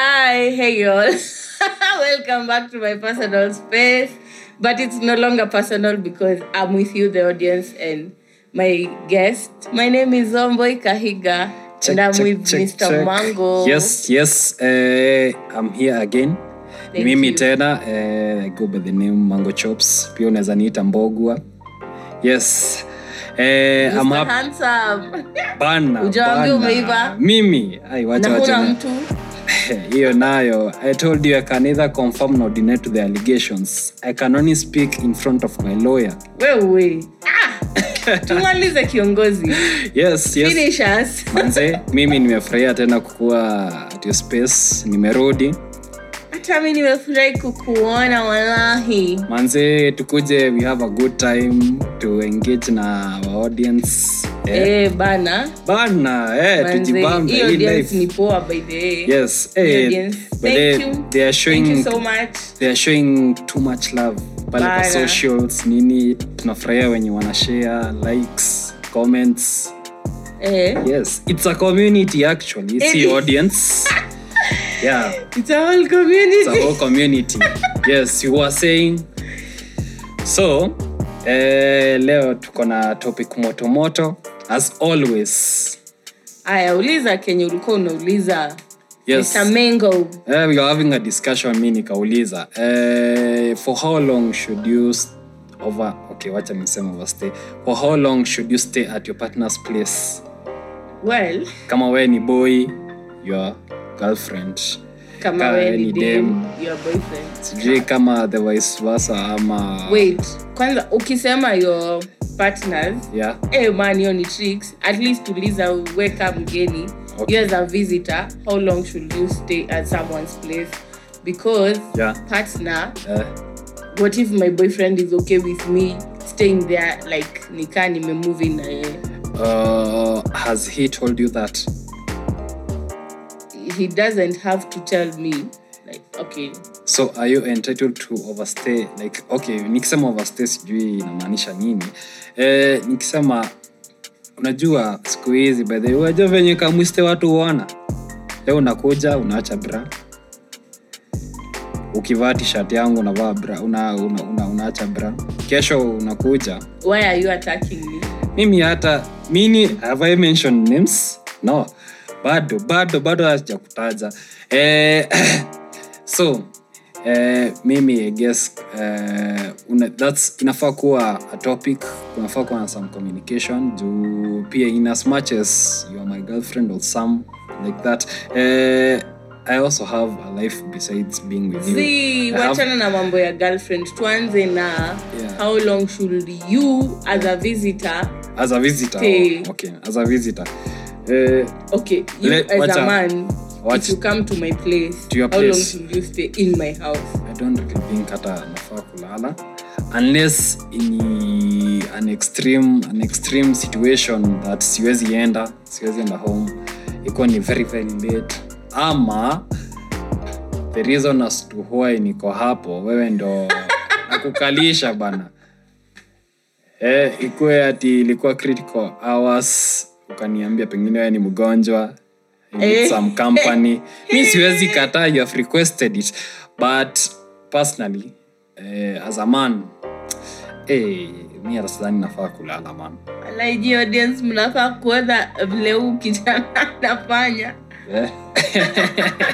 Hi, hey y'all. Welcome back to my personal space. But it's no longer personal because I'm with you, the audience, and my guest. My name is Omboy Kahiga, and I'm with Mr. Mango. Yes, yes. eh, I'm here again. Ni Thank mimi you. tena eh, I go by the name Mango Chops. Pia unaweza niita Mbogwa. Yes. Eh, I'm Mr. hap- Handsome. bana, Hujawaambia bana. umeiva? Mimi, ai Na wacha wacha. huna na- mtu. Hiyo nayo. I told you I can neither confirm nor deny to the allegations. I can only speak in front of my lawyer. Wewe. Ah! Tumalize kiongozi. Yes, yes. Finish us. Manze, mimi nimefurahia tena kukuwa at your space. Nimerudi. Hata mimi nimefurahi kukuona wallahi. manze tukuje we have a good time to engage na our audience eh. Eh, bana. bana eh, Manze, tujibambe hii hii audience life ni poa by the way. yes Hii eh, audience. but Thank they, you. they are Thank you showing so much. they are showing too much love pale kwa Bana. socials nini tunafurahia wenye wanashare likes comments Eh, yes it's a community actually It see is. audience yeah it's a whole community. the whole community yes you were saying so eh, leo tuko na topic motomoto as always Aya, uliza kenye ulikuwa unauliza. yes Mr. Mango. eh, we are having a discussion mi nikauliza eh, for how long should you st- over okay wacha niseme overstay for how long should you stay at your partner's place Well, kama we ni boy your girlfriend kama Kama wewe wewe ni ni dem, your boyfriend. sijui kama the vice versa ama Wait, kwanza ukisema your partners, yeah eh man, hiyo ni tricks. At least uliza weka mgeni. Okay. You as a visitor, how long should you stay at someone's place? Because yeah partner eh, what if my boyfriend is okay with me staying there like nikaa nimemove in na yeye Uh, has he told you that? he doesn't have to tell me like okay So are you entitled to overstay? Like, okay, nikisema overstay sijui inamaanisha nini. Eh, nikisema unajua siku hizi by the way, unajua venye kamwiste watu huona. Leo unakuja unaacha bra. Ukivaa t-shirt yangu unavaa bra, una, una, una, unaacha bra. Kesho unakuja. why are you attacking me Mimi hata mini have I mentioned names? No. Bado bado bado hajakutaja. Eh, so eh, mimi I guess eh, una, that's inafaa kuwa a topic kunafaa kuwa na some communication juu pia in as much as you are my girlfriend or some like that eh, I also have a life besides being with you. see I have- wachana na mambo ya girlfriend tuanze na Yeah. how long should you as a visitor as a visitor. Stay. Oh, okay, as a visitor. Eh, okay you Let- as wacha. a man if Wacha. you come to my place To your how long place. should you stay in my house I don't really think hata nafaa kulala unless in an extreme, an extreme situation that siwezi enda siwezi enda home ikuwa ni very very late ama the reason as to why niko hapo wewe ndo nakukalisha bana eh, ikuwe ati ilikuwa critical hours ukaniambia pengine wewe ni mgonjwa I need Eh. some company mi siwezi kataa you have requested it but personally eh, as a man eh, mi hata sidhani nafaa kulala man alaiji audience mnafaa kuona vile huu kijana anafanya eh?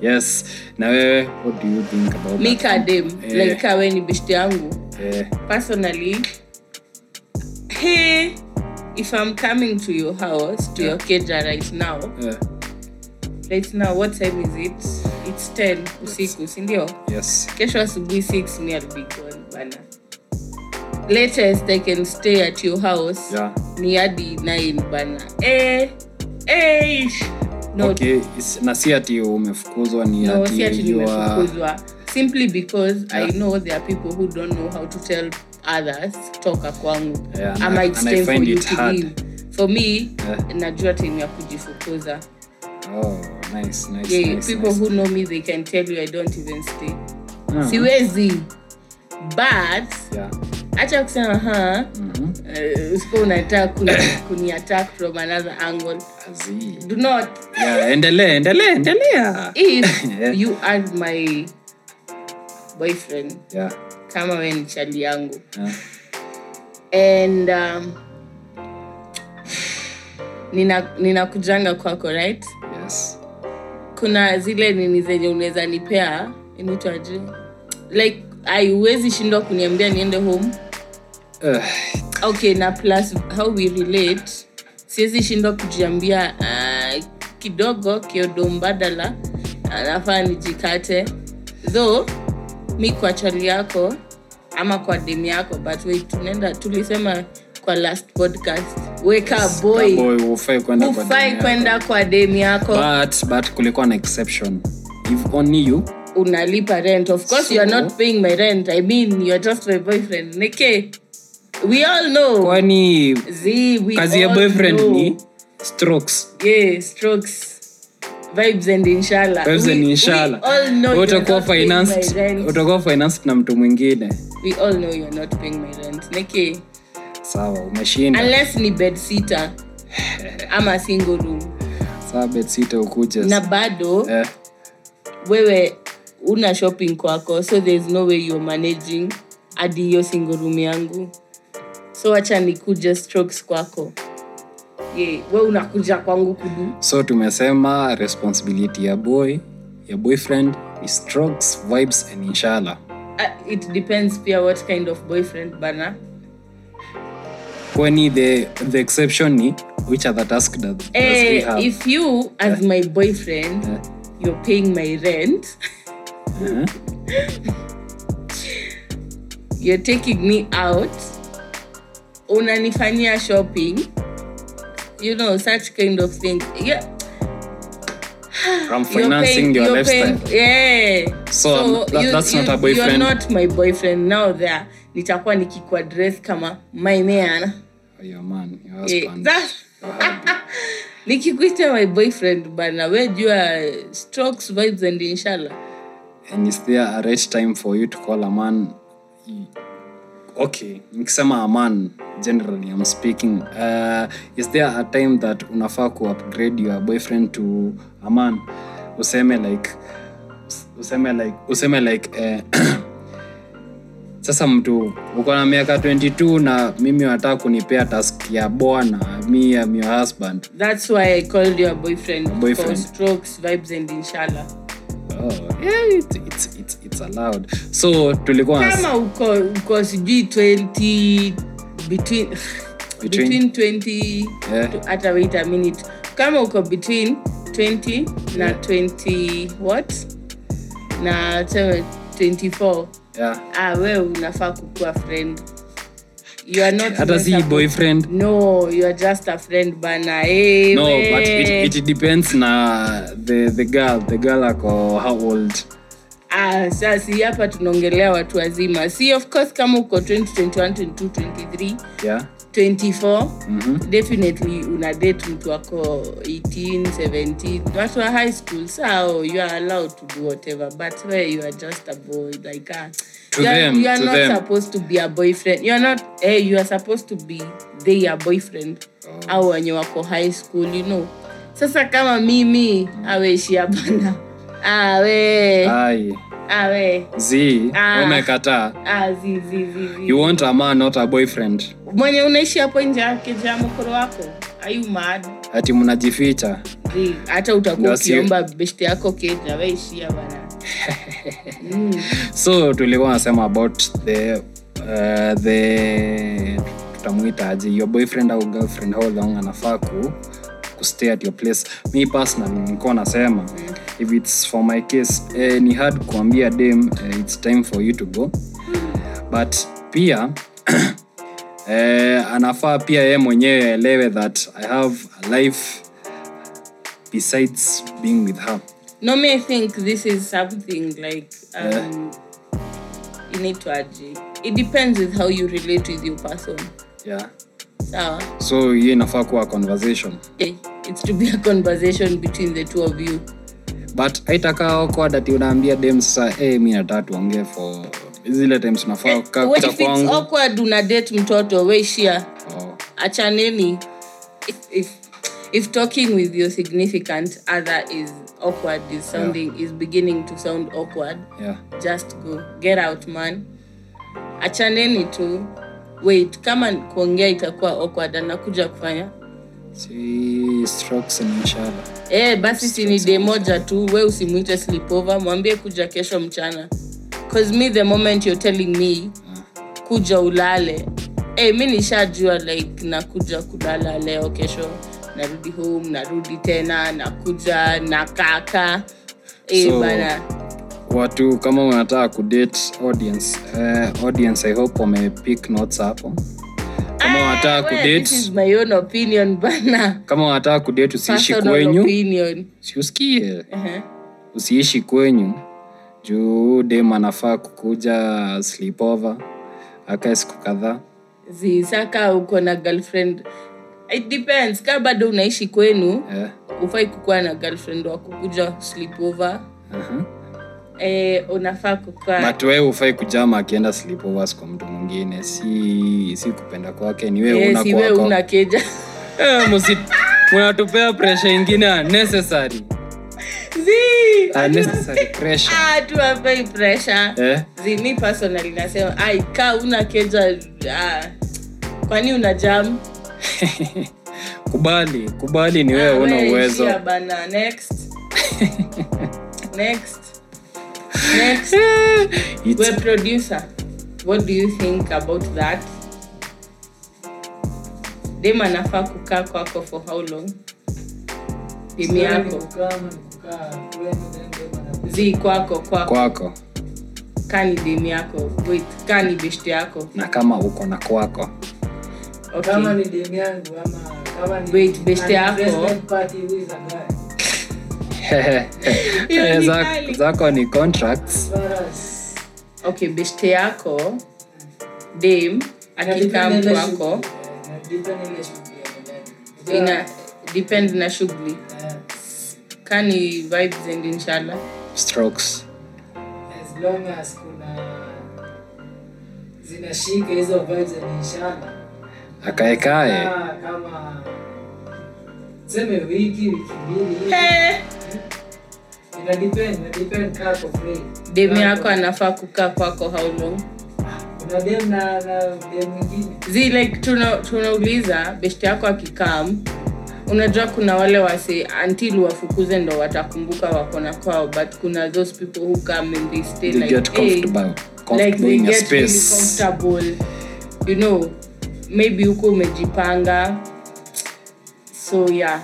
yes na wewe what do you think about mi that? kadem Eh. like kawe ni beshte yangu eh, personally hey if i'm coming to your house to your keja right now eh, right now what time is it it's 10 usiku sindio yes kesho asubuhi 6 me I'll be gone bana latest i can stay at your house yeah ni hadi 9 bana eh eh no okay is- na si ati umefukuzwa ni no ati si ati you are- nimefukuzwa simply because i Yeah. know there are people who don't know how to tell others toka kwangu Yeah, and ama I- it's and I time for find you it to hard. leave. for me Yeah. najua time ya kujifukuza Oh, nice, nice, yeah, nice, people nice. who know me they Hmm. can tell you i don't even stay Ah, siwezi but yeah. hacha kusema ha Mhm. eh, usikuwa unataka kuni- kuniattack from another angle Azii. do not Yeah, endelea endelea endelea if Yeah. you are my boyfriend yeah, kama we ni chali yangu yeah. and um, nina- ninakujanga kwako right yes kuna zile nini zenye unaweza nipea inaitwaje like aiwezi shindwa kuniambia niende home Ah, Eh, okay na plus how we relate siwezi shindwa kujiambia uh, kidogo kiodo mbadala anafaa nijikate though mi kwa chali yako ama kwa demu yako but wait, tunaenda tulisema kwa last podcast weka boy cowboy, Ah, hufai kwenda kwa hufai demu kwenda kwa demu yako but but kulikuwa na exception if only you unalipa rent of course you are So- not paying my rent i mean you are just my boyfriend nike we all know kwani Z, we kazi ya all boyfriend know. ni strokes yeah strokes vibes and inshallah Vibes We- and we inshallah. all know Wewe you are utakuwa not paying my financed rent. utakuwa financed na mtu mwingine we all know you are not paying my rent nike sawa umeshinda unless ni bed sitter ama single room sawa betsita ukuje na bado Eh, wewe una shopping kwako so there's no way you're managing hadi hiyo single room yangu so wacha nikuja strokes kwako ye we unakuja kwangu kudu so tumesema responsibility ya boy ya boyfriend ni strokes vibes and inshallah uh, it depends pia what kind of boyfriend bana kwani the, the exception ni which other task does, does he eh, have if you as my boyfriend Eh, you're paying my rent eh. you're taking me out unanifanyia shopping you know such kind of thing yeah, I'm you're financing paying- your you're lifestyle. paying- yeah. So, um, that- that's not a boyfriend. you're not my boyfriend now there nitakuwa nikikuwa dress kama my man Oh, Your man, your Eh, husband. Uh-huh. that- your hubby. nikikuita my boyfriend bana we jua strokes vibes and inshallah And is there a right time for you to call a man? Okay, nikisema a man, generally I'm speaking. Uh, is there a time that unafaa ku upgrade your boyfriend to a man? Useme like useme like useme like eh, sasa mtu uko na miaka 22 na mimi wataka kunipea task ya boa na mi am your husband that's why i called your boyfriend, for Boyfriend. strokes vibes and inshallah Oh, yeah, it's, it's, it's, it's allowed. So tulikuwa na- kama uko uko sijui 20 between Between. between 20 Yeah. to- hata wait a minute kama uko between 20 na 20 what na tuseme 24 yeah. ah, we unafaa kukuwa friend you are not hata si supposed- boyfriend no you are just a friend bana hey, no we. but it, it depends na the, the girl the girl ako how old Ah, sasi hapa tunaongelea watu wazima si of course kama uko 2021 22 yeah 23 Mhm. 24 definitely una date mtu wako 18 17 watu wa high school sao you are allowed to do whatever but where you are just a boy like ah, To you are, them, you are to not them. supposed to be a boyfriend you are not eh, you are supposed to be their boyfriend Oh. au wenye wako high school you know sasa kama mimi aweishi hapana awe ai awe z Eh? Ah. umekataa Ah, zi, zi, zi, zi. you want a man not a boyfriend mwenye unaishi hapo nje yake ja mokoro wako ayu mad ati mnajificha Zi, hata utakuwa Ndio, sio. ukiomba beshte yako keja waishia bana mm. so tulikuwa nasema about the uh, the tutamuitaje your boyfriend au girlfriend how long anafaa ku kustay at your place mi personally nilikuwa nasema if its for my case eh, ni hard kuambia dem eh, its time for you to go but pia eh, anafaa pia yeye mwenyewe aelewe that i have a life besides being with her no me i think this is something like um, inaitwaje it depends with how you relate with your person yeah sawa so hiyo inafaa kuwa conversation Eh, it's to be a conversation between the two of you but haitakaa awkward ati unaambia dem sasa hey, mi nataka eh, tuongee for zile time tunafaa kukaa What kuta if it's Oh, kwangu awkward una date mtoto weishia Oh, achaneni if, if, if talking with your significant other is awkward is sounding is beginning to sound awkward yeah. just go get out man achaneni tu wait kama kuongea itakuwa awkward anakuja kufanya Si strokes na inshallah. e, basi sini de moja tu we usimwite sleepover mwambie kuja kesho mchana cause me the moment you're telling me kuja ulale e, mi nishajua like nakuja kulala leo kesho narudi home narudi tena nakuja na kaka e, So- bana watu kama unataka kudate audience uh, audience i hope wamepick notes hapo kama unataka Ah, well, this is kudate my own opinion bana kama unataka kudate usiishi Personal kwenyu opinion. siusikie Uh-huh. usiishi kwenyu juu dem anafaa kukuja sleepover akae siku kadhaa zisaka uko na girlfriend it depends ka bado unaishi kwenu eh, ufai kukuwa na girlfriend wako kuja sleepover aha. eh, unafaa kukaa but we hufai kujama akienda sleepovers kwa mtu mwingine si, si kupenda kwake ni wewe una siwe kwako Eh, una keja Eh, musi- munatupea presha ingine ah, unnecessary Zii, unnecessary Ah, pressure ah, tu hapai pressure eh? Zii, mi personally nasema ai ka una keja ah, kwani una jam kubali kubali ni Ah, wewe una we uwezo ishia bana next next next It's- we producer what do you think about that dem anafaa kukaa kwako for how long demu yako zi kwako kwako kwako kani demu yako wait kani beshte yako na kama uko na kwako kama okay. ni demu yangu ama kama ni Wait, beshte an yako. interested party who is a guy. Hiyo Eh, ni za- Yaani kali. zako ni contracts Whereas, okay beshte yako dem akikam inadepend ile kwako shughuli, eh, inadepend ile shughuli ya dada. ina depend na shughuli Eh, kani vibes and inshallah strokes as long as kuna zinashika hizo vibes and inshallah. akaekae Ah, kama seme wiki wiki mbili hivi. hey. Ina depend, ina depend kaa kwa free. demu Kaa yako kwa- anafaa kukaa kwako how long kuna dem na na dem mwingine zi like tuna- tunauliza beshte yako akikam unajua kuna wale wase until wafukuze ndo watakumbuka wako na kwao but kuna those people who come and they stay they like, get hey, comfortable like comfortable they in a get really space comfortable you know maybe huko umejipanga so yeah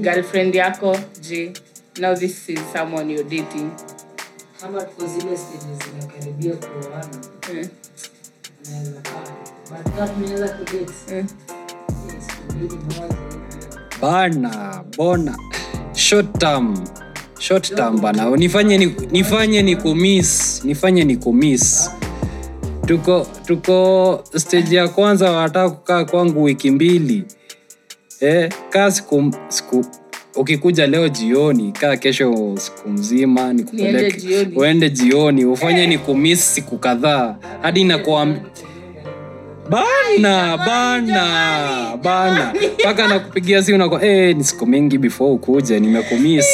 girlfriend yako je now this is someone you're dating kama tuko zile stage zinakaribia kuoana eh, naweza kaa uh, but kama tunaweza kudate eh. yes, kubidi mwanzo bana bona short term short term bana nifanye ni, nifanye ni kumis nifanye ni kumis tuko tuko stage ya kwanza wanataka kukaa kwangu wiki mbili eh, kaa siku, siku ukikuja leo jioni kaa kesho siku mzima Niende nikupeleke jioni. uende jioni ufanye ni kumis siku kadhaa hadi nakuambia bana bana bana mpaka nakupigia simu nako eh ni siku mingi before ukuje nimekumiss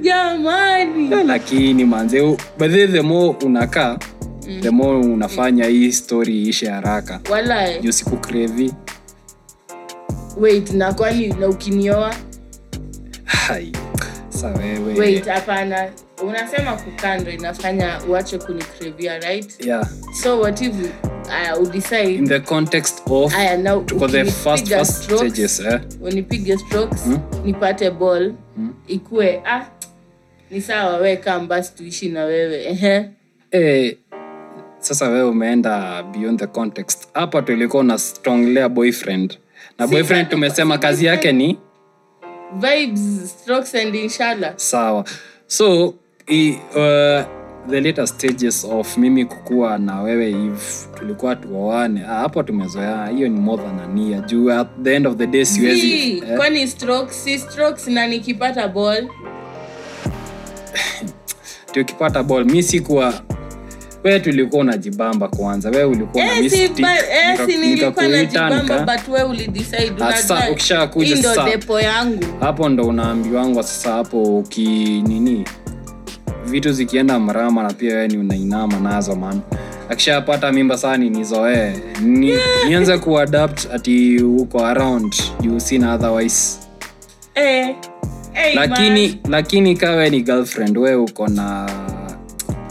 jamani Eh, lakini manze badhi the more unakaa Mm. the more unafanya hii story iishe haraka wala juu siku krevi wait na kwani na ukinioa hai sa wait wewe hapana unasema kukando inafanya uache kunikrevia right yeah so what if uh, udecide in the context of aya na tuko the first ukinipiga first strokes, stages eh unipige strokes Mm. nipate ball Mm. ikue ah, ni sawa we kam basi tuishi na wewe ehe eh sasa wewe umeenda beyond the context hapa tulikuwa na stronglea boyfriend na Si boyfriend bado- tumesema si kazi yake ni vibes strokes and inshallah sawa so i, uh, the later stages of mimi kukuwa na wewe if tulikuwa tuoane ah, hapo tumezoea hiyo ni more than a year juu at the end of the day siwezi Zii, eh, kwani strokes si strokes na nikipata ball tukipata ball mi sikuwa we tulikuwa unajibamba kwanza we ulikuwa una Eh, si mystic, ba- eh, nika- si nilikuwa nikakuita, najibamba nika- but we ulidecide, Asa, unajua, ukishakuja hii ndo sasa. depo yangu hapo ndo unaambiwangwa sasa hapo uki nini vitu zikienda mrama na pia wewe ni unainama nazo man akishapata mimba saa ninizoee ni, nianze kuadapt ati uko around juu sina otherwise eh, eh, man. lakini lakini kawe ni girlfriend we uko na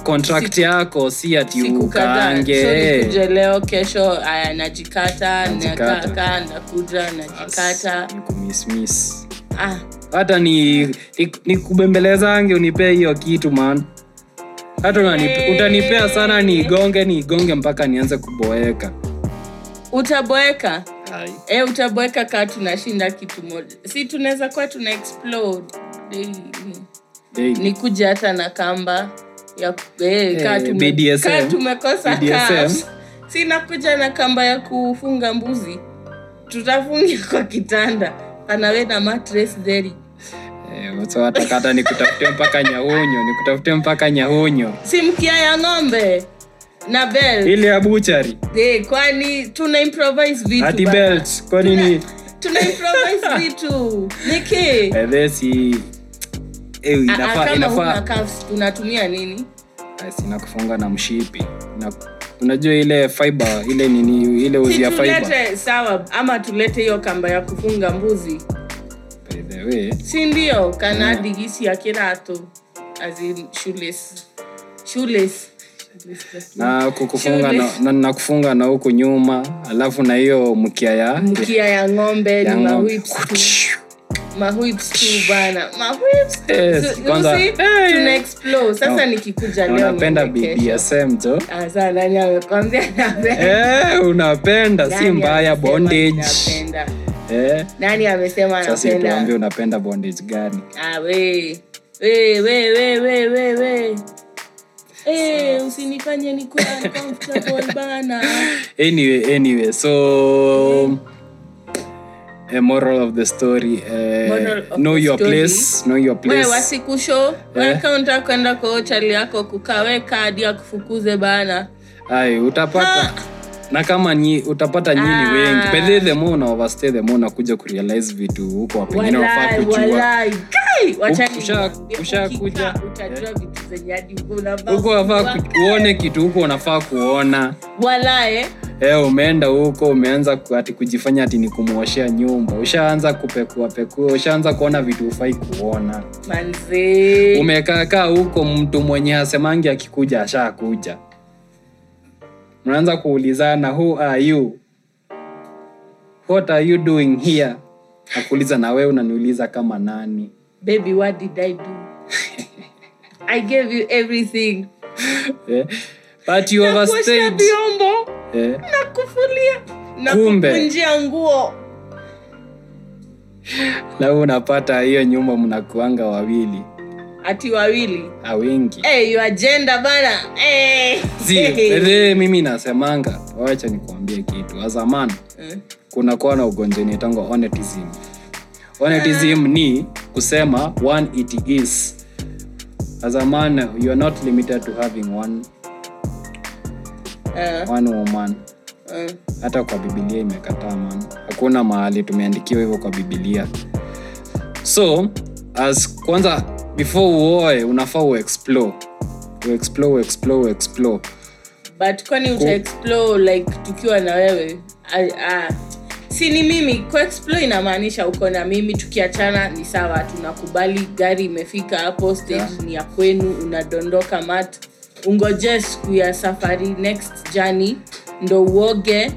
contract yako si ati siku kadhaa ukaange so eh. nikuje leo kesho aya najikata Najikata. nakaa nakuja najikata As- ni kumiss-miss. ah, hata ni, ni, ni kubembelezange unipee hiyo kitu man hata unanip- utanipea sana niigonge niigonge mpaka nianze kuboeka utaboeka e, utaboeka kaa tunashinda kitu moja si tunaweza kuwa tuna explore daily. Hey, ni kuja hata na kamba ya ku- eh, kaa Eh, tume- BDSM. kaa tumekosa BDSM. cuffs. si nakuja na kamba ya kufunga mbuzi tutafungia kwa kitanda anawe na mattress there eh, so hata kata nikutafute mpaka nyaunyo nikutafute mpaka nyaunyo si mkia ya ng'ombe na bell ile ya buchari Eh, kwani tuna improvise vitu hati bana. belt kwanini tuna improvise vitu niki edhesi Ah, ah, Eh, inafaa kama huna inafaa cuffs, tunatumia nini Basi nakufunga na mshipi na, unajua ile fiber ile nini si ile uzi ya fiber tulete sawa ama tulete hiyo kamba ya kufunga mbuzi by the way si ndio Mm. kanadi gisi akirato shules shules na kukufunga Shule. na, na, na kufunga na huku nyuma alafu na hiyo mkia ya mkia ya ng'ombe ya ni ng'ombe. mawips tu mahips tu bana mahips So, Yes, Eh, kwanza- you see, Hey. tuna explore sasa No. nikikuja Na leo unapenda niweke. bdsm to Ah, sawa, nani amekwambia napenda? Eh, unapenda si Nani mbaya amesema bondage Yaani napenda? Eh, nani amesema sasa anapenda tuambie unapenda bondage gani Ah, we. We, we, we, we, we, we. Eh, usinifanye nikuwe uncomfortable bana anyway anyway so eh, moral of the story eh, Moral of know the your story. place know your we place wasikusho Eh. wekaunta kwenda kwa ochali yako kukaweka hadi akufukuze bana Ai, utapata Ah. na kama nyi, utapata nyini Ah. wengi bedhi the more una overstay the more unakuja kurealize vitu huko pengine unafaa Walai, kujua walai. Kai, wacha Usha- Eh? nikwambie, ushakuja. ukikaa utajua vitu zenye hadi unavaa huko kujua. wafaa ku- uone kitu huko unafaa kuona Walai, eh. e, umeenda huko umeanza ku- ati kujifanya ati ni kumwoshea nyumba ushaanza kupekuapekua ushaanza kuona vitu ufai kuona manzee umekaakaa huko mtu mwenye hasemangi akikuja ashakuja mnaanza kuulizana who are you what are you doing here akuuliza na wewe unaniuliza kama nani baby what did i do i gave you everything eh? but you kuosha overstayed vyombo eh? na kufulia na Kumbe. kukunjia nguo lau unapata hiyo nyumba mnakuanga wawili ati wawili ah, wengi hey, your gender bana hey. eh, zile mimi nasemanga wacha nikuambie kitu azamana Eh. kunakuwa na ugonjwa inaitangwa onetism onetism ni kusema one it is as a man you are not limited to having one, Eh, one woman eh. hata kwa bibilia imekataa man hakuna mahali tumeandikiwa hivyo kwa bibilia so as kwanza before uoe unafaa uexplore uexplore uexplore uexplore but kwani utaexplore like tukiwa na wewe Ah, ah. si ni mimi kuexplore inamaanisha uko na mimi tukiachana ni sawa tunakubali gari imefika hapo stage Yeah. ni ya kwenu unadondoka mat ungoje siku ya safari next jani ndo uoge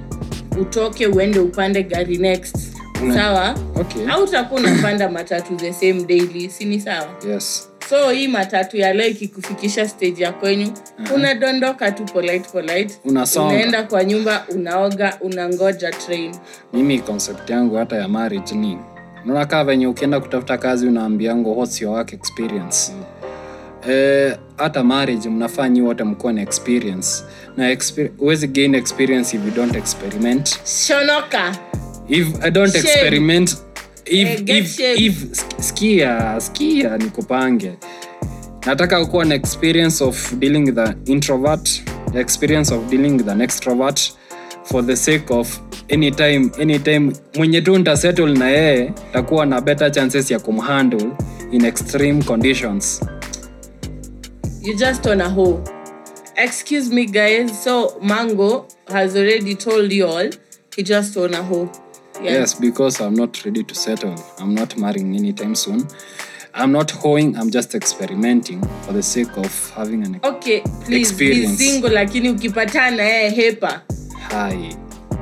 utoke uende upande gari next Una- sawa okay au utakuwa unapanda matatu the same daily si ni sawa yes so hii matatu ya leo ikikufikisha stage ya kwenyu unadondoka tu polite polite Unasonga. unaenda kwa nyumba unaoga unangoja train mimi concept yangu hata ya marriage ni naona kaa venye ukienda kutafuta kazi unaambiangu what's your work experience Eh, hata marriage mnafaa nyi wote mkuwa na experience na exper- huwezi gain experience if you don't experiment shonoka if i don't Shame. experiment if, Eh, get if, shame. if sk- skia skia nikupange nataka kuwa na experience of dealing with an introvert the experience of dealing with an extrovert for the sake of anytime anytime mwenye tu ntasettle na yeye takuwa na better chances ya kumhandle in extreme conditions you just on a hoe. Excuse me, guys. So Mango has already told you all he just on a hoe. Yeah. yes because i'm not ready to settle i'm not marrying anytime soon i'm not hoeing i'm just experimenting for the sake of having an Okay, please be Experience. single, lakini ukipatana eh, hepa. hai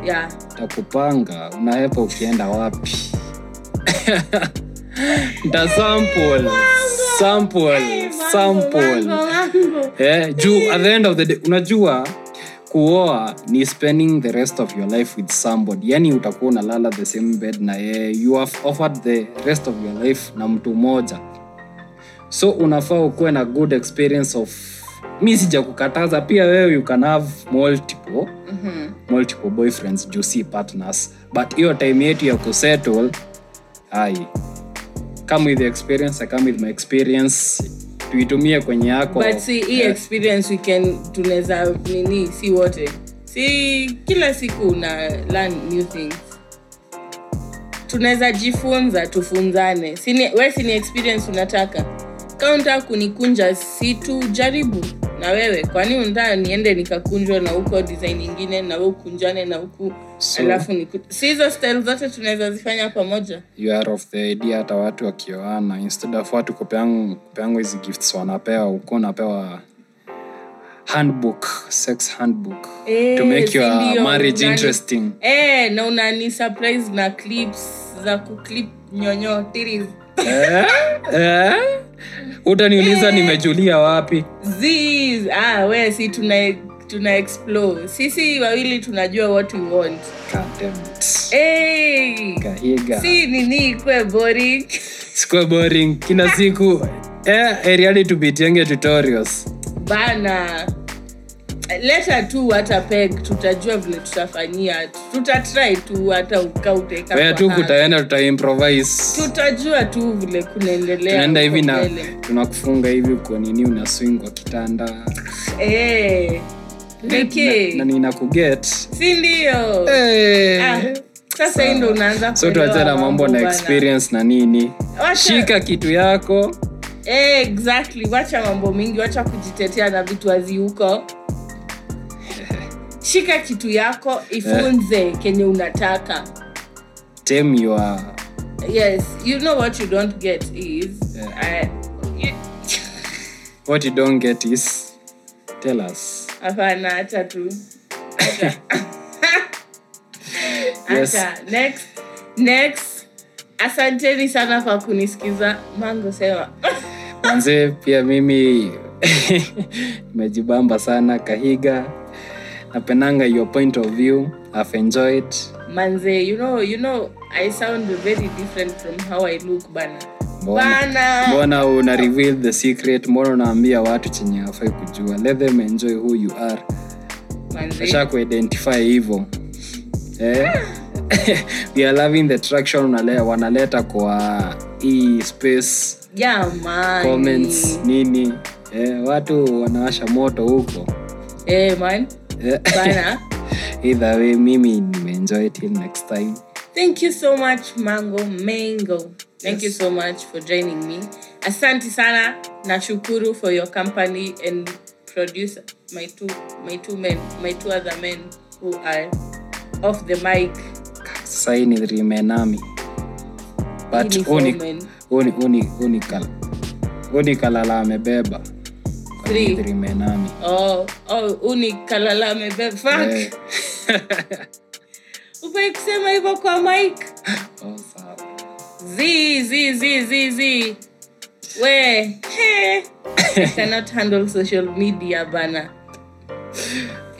Yeah. takupanga unaepa ukienda wapi nta sample sample sample Mango. Eh, juu at the end of the day unajua kuoa ni spending the rest of your life with somebody yani utakuwa unalala the same bed na yeye you have offered the rest of your life na mtu mmoja so unafaa ukuwe na good experience of mi sija kukataza pia wewe you can have multiple Mhm. mm-hmm. multiple boyfriends juu si partners but hiyo time yetu ya kusettle ai come with the experience i come with my experience tuitumie kwenye yako But see, hii Eh. experience we can tunaweza nini si wote. Si kila siku una learn new things. Tunaweza jifunza tufunzane. Sini wewe sini experience unataka. Kama unataka kunikunja situ jaribu na wewe. Kwani unataka niende nikakunjwa na huko design nyingine na wewe ukunjane na huku So- alafu niku... si hizo style zote tunaweza zifanya pamoja. you are of the idea hata watu wakioana instead of watu kupeang- kupeangwa hizi gifts wanapewa huko unapewa handbook sex handbook Eh, to make your si ndio, marriage nani- interesting Eh, na unani surprise na clips za kuclip nyonyo tiris eh? eh? utaniuliza nimejulia wapi Ziz. Ah, we si tuna tuna explore sisi wawili tunajua what we want God damn it. hey, Kahiga. si nini ikwe boring Sikuwe boring kila siku eh, eriali tupitiange tutorials bana leta tu hata peg tutajua vile tutafanyia tutatry tu hata ukauteka wea tu kutaenda tutaimprovise tutajua tu vile kunaendelea tunaenda huko hivi na mbele. tunakufunga hivi kwa nini una swing kwa kitanda Eh, pekee na ninakuget si ndio Ah, sasa hii ndo unaanza so kuelewa tuachana mambo na bana. experience na nini Wacha- shika kitu yako Eh, exactly wacha mambo mingi wacha kujitetea na vitu wazi huko shika kitu yako ifunze kenye unataka tame your yes you know what you don't get is eh, Yeah. I- you- what you don't get is tell us hapana hata tu Yes. Acha. next next asanteni sana kwa kunisikiza mango sewa manze pia mimi nimejibamba sana kahiga napendanga your point of view I've enjoyed manze you know you know i sound very different from how i look bana Mbona- bana mbona una reveal the secret mbona unaambia watu chenye hawafai kujua let them enjoy who you are manze asha kuidentify hivo eh? we are loving the traction unale, wanaleta kwa hii space jamani comments nini eh, watu wanawasha moto huko Eh, man eh, bana either way mimi nimeenjoy till next time thank you so much mango mango thank you so much for joining me asante sana nashukuru for your company and producer my two my two men my two other men who are off the mic sasa hii ni rimenami but Uniform uni- and- uni- uni- unikal- unikalala amebeba Kwa Three. hii rimenami oh oh unikalala amebeba fuck eh, Ufai kusema hivyo kwa mike oh, sawa. z z z z z we he. I cannot handle social media bana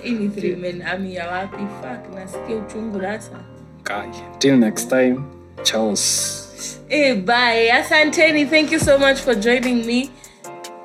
hii ni three men army ya wapi fak nasikia uchungu rasa Kai. till next time chaos Eh, bye asanteni thank you so much for joining me